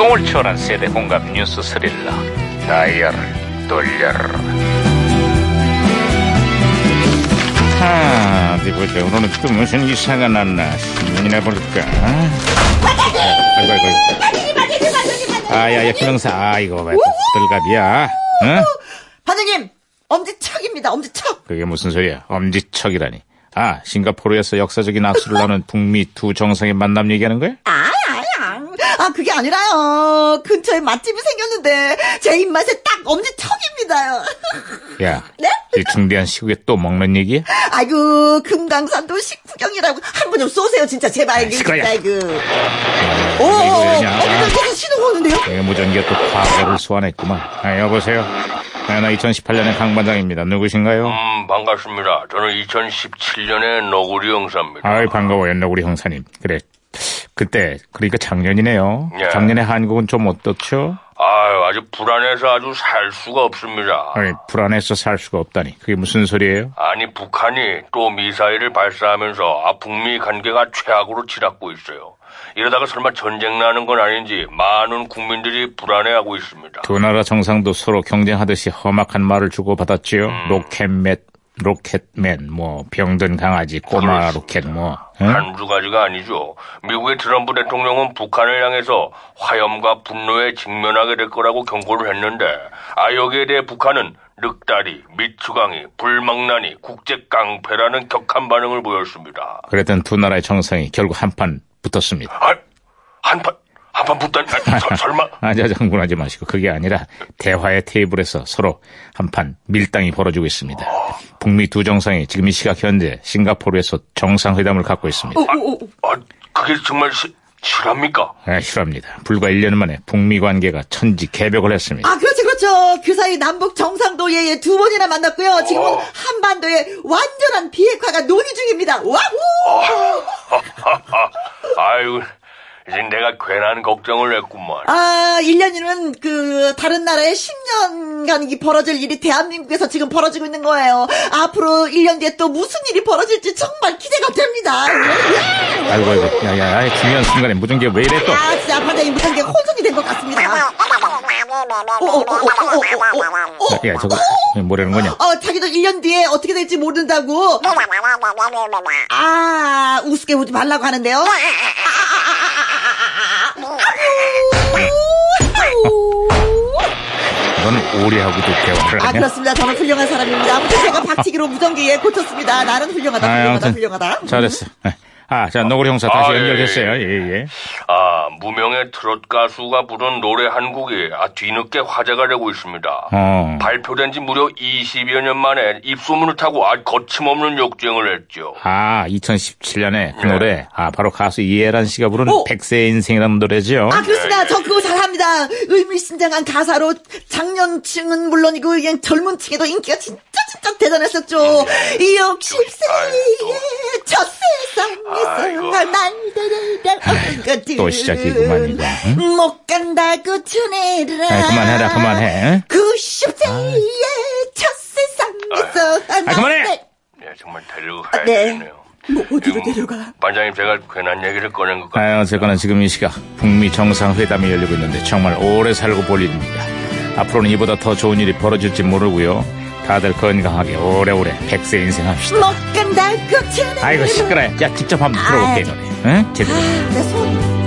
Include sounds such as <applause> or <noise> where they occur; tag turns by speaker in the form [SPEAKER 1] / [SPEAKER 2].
[SPEAKER 1] 감동을 초월한 세대 공감 뉴스 스릴러 다이얼을 돌려라 아, 어디 보자 오늘은 또 무슨 기사가 났나 신문이나 볼까 아이고 아이고 아이고
[SPEAKER 2] 반장님, 반장님, 반장님, 반장님.
[SPEAKER 1] 아야야 김영사 아이고 왜또 들갑이야 응?
[SPEAKER 2] 반장님, 엄지척입니다. 엄지척.
[SPEAKER 1] 그게 무슨 소리야 엄지척이라니 아 싱가포르에서 역사적인
[SPEAKER 2] <laughs>
[SPEAKER 1] 악수를 나눈 북미 두 정상의 만남 얘기하는 거야?
[SPEAKER 2] 아, 아, 아. 아, 그게 아니라요. 근처에 맛집이 생겼는데 제 입맛에 딱 엄지척입니다요.
[SPEAKER 1] 야,
[SPEAKER 2] 네?
[SPEAKER 1] 이 중대한 시국에 또 먹는 얘기야?
[SPEAKER 2] 아이고, 금강산도 식후경이라고 한 번 좀 쏘세요, 진짜 제발.
[SPEAKER 1] 아, 시끄러워.
[SPEAKER 2] 아이고. 오, 오,
[SPEAKER 1] 이거
[SPEAKER 2] 오.
[SPEAKER 1] 그냥,
[SPEAKER 2] 어,
[SPEAKER 1] 아.
[SPEAKER 2] 거기 신호가 오는데요?
[SPEAKER 1] 내 무전기가 또 과거를 소환했구만. 아, 여보세요? 아, 나 2018년의 강반장입니다. 누구신가요?
[SPEAKER 3] 음, 반갑습니다. 저는 2017년에 노구리 형사입니다.
[SPEAKER 1] 아이, 반가워요, 우리 형사님. 그래. 그때, 그러니까 작년이네요.
[SPEAKER 3] 예.
[SPEAKER 1] 작년에 한국은 좀 어떻죠?
[SPEAKER 3] 아유, 아주 불안해서 아주 살 수가 없습니다.
[SPEAKER 1] 아니, 불안해서 살 수가 없다니. 그게 무슨 소리예요?
[SPEAKER 3] 아니, 북한이 또 미사일을 발사하면서 아, 북미 관계가 최악으로 치닫고 있어요. 이러다가 설마 전쟁 나는 건 아닌지 많은 국민들이 불안해하고 있습니다.
[SPEAKER 1] 두 나라 정상도 서로 경쟁하듯이 험악한 말을 주고받았지요. 로켓맨, 로켓맨, 뭐, 병든 강아지, 꼬마 로켓, 뭐. 응?
[SPEAKER 3] 한두 가지가 아니죠. 미국의 트럼프 대통령은 북한을 향해서 화염과 분노에 직면하게 될 거라고 경고를 했는데, 아, 여기에 대해 북한은 늑다리, 미추광이, 불망나니, 국제 깡패라는 격한 반응을 보였습니다.
[SPEAKER 1] 그랬던 두 나라의 정상이 결국 한판 붙었습니다.
[SPEAKER 3] 아, 한판, 한판 붙단, 아, 서- 설마?
[SPEAKER 1] 아자 장군하지 마시고 그게 아니라 대화의 테이블에서 서로 한판 밀당이 벌어지고 있습니다. 북미 두 정상이 지금 이 시각 현재 싱가포르에서 정상회담을 갖고 있습니다.
[SPEAKER 2] 오, 오, 오.
[SPEAKER 3] 아, 그게 정말 시, 실합니까?
[SPEAKER 1] 아, 실합니다. 불과 1년 만에 북미 관계가 천지 개벽을 했습니다.
[SPEAKER 2] 아, 그렇죠, 그렇죠. 그 사이 남북 정상도 예, 예, 두 번이나 만났고요. 지금은
[SPEAKER 3] 어.
[SPEAKER 2] 한반도에 완전한 비핵화가 논의 중입니다. 와우!
[SPEAKER 3] 아유, 이제 내가 괜한 걱정을 했구만.
[SPEAKER 2] 아, 1년이면 그 다른 나라에 10년간 이 벌어질 일이 대한민국에서 지금 벌어지고 있는 거예요. 앞으로 1년 뒤에 또 무슨 일이 벌어질지 정말 기대가 됩니다.
[SPEAKER 1] 아이고 아이고 야야 아이, 중요한 순간에 무전기 왜 이래 또
[SPEAKER 2] 아, 진짜 반장님 무슨 게 혼선이 된 것 같습니다. 어, 어, 어, 어, 어, 어, 어, 어.
[SPEAKER 1] 야 저거 뭐라는 거냐
[SPEAKER 2] 어, 자기도 1년 뒤에 어떻게 될지 모른다고. 아, 우습게 보지 말라고 하는데요. 아, 아, 아, 아, 아, 아, 아, 아. 아우, 아우.
[SPEAKER 1] 넌 오리하고도 대화를
[SPEAKER 2] 아
[SPEAKER 1] 하냐
[SPEAKER 2] 그렇습니다. 저는 훌륭한 사람입니다. 아무튼 제가 박치기로 무전기에 고쳤습니다. 나는 훌륭하다, 훌륭하다, 훌륭하다.
[SPEAKER 1] 잘했어 아자 노골이 형사 다시
[SPEAKER 3] 아, 예,
[SPEAKER 1] 연결됐어요 예예
[SPEAKER 3] 아, 무명의 트롯 가수가 부른 노래 한 곡이 아, 뒤늦게 화제가 되고 있습니다.
[SPEAKER 1] 어.
[SPEAKER 3] 음. 발표된 지 무려 20여 년 만에 입소문을 타고 아, 거침없는 역주행을 했죠.
[SPEAKER 1] 아, 2017년에 그 노래. 아, 바로 가수 이혜란 씨가 부른
[SPEAKER 2] 네. 오!
[SPEAKER 1] 백세의 인생이라는 노래죠.
[SPEAKER 2] 아 그렇습니다. 저 그거 잘합니다. 의미심장한 가사로 장년층은 물론이고 그냥 젊은 층에도 인기가 진짜 진짜 대단했었죠.
[SPEAKER 1] 아, 예.
[SPEAKER 2] 이
[SPEAKER 3] 아이고.
[SPEAKER 2] 역십세의 저
[SPEAKER 3] 아이고.
[SPEAKER 2] 세상에서 날들이란 어, 그 것들은
[SPEAKER 1] 또 시작이구만, 이거.
[SPEAKER 2] 못 간다고 그 전해라.
[SPEAKER 1] 아, 그만해라, 그만해.
[SPEAKER 2] 90세의 저 세상에서
[SPEAKER 1] 아, 그만해!
[SPEAKER 2] 날-
[SPEAKER 3] 네, 정말 데려가야
[SPEAKER 2] 네.
[SPEAKER 3] 되네요.
[SPEAKER 2] 뭐 어디로
[SPEAKER 3] 이거
[SPEAKER 2] 데려가?
[SPEAKER 3] 반장님 제가 괜한 얘기를 꺼낸 것 같아요.
[SPEAKER 1] 아, 어쨌거나 지금 이 시각 북미 정상회담이 열리고 있는데 정말 오래 살고 볼 일입니다. 앞으로는 이보다 더 좋은 일이 벌어질지 모르고요. 다들 건강하게 오래오래 백세 인생 합시다.
[SPEAKER 2] 못 간다고 그 전해라.
[SPEAKER 1] 아이고, 시끄러워. 야, 직접 한번 들어볼게, 이 노래. 응? 제대로.
[SPEAKER 2] 아, 내 손.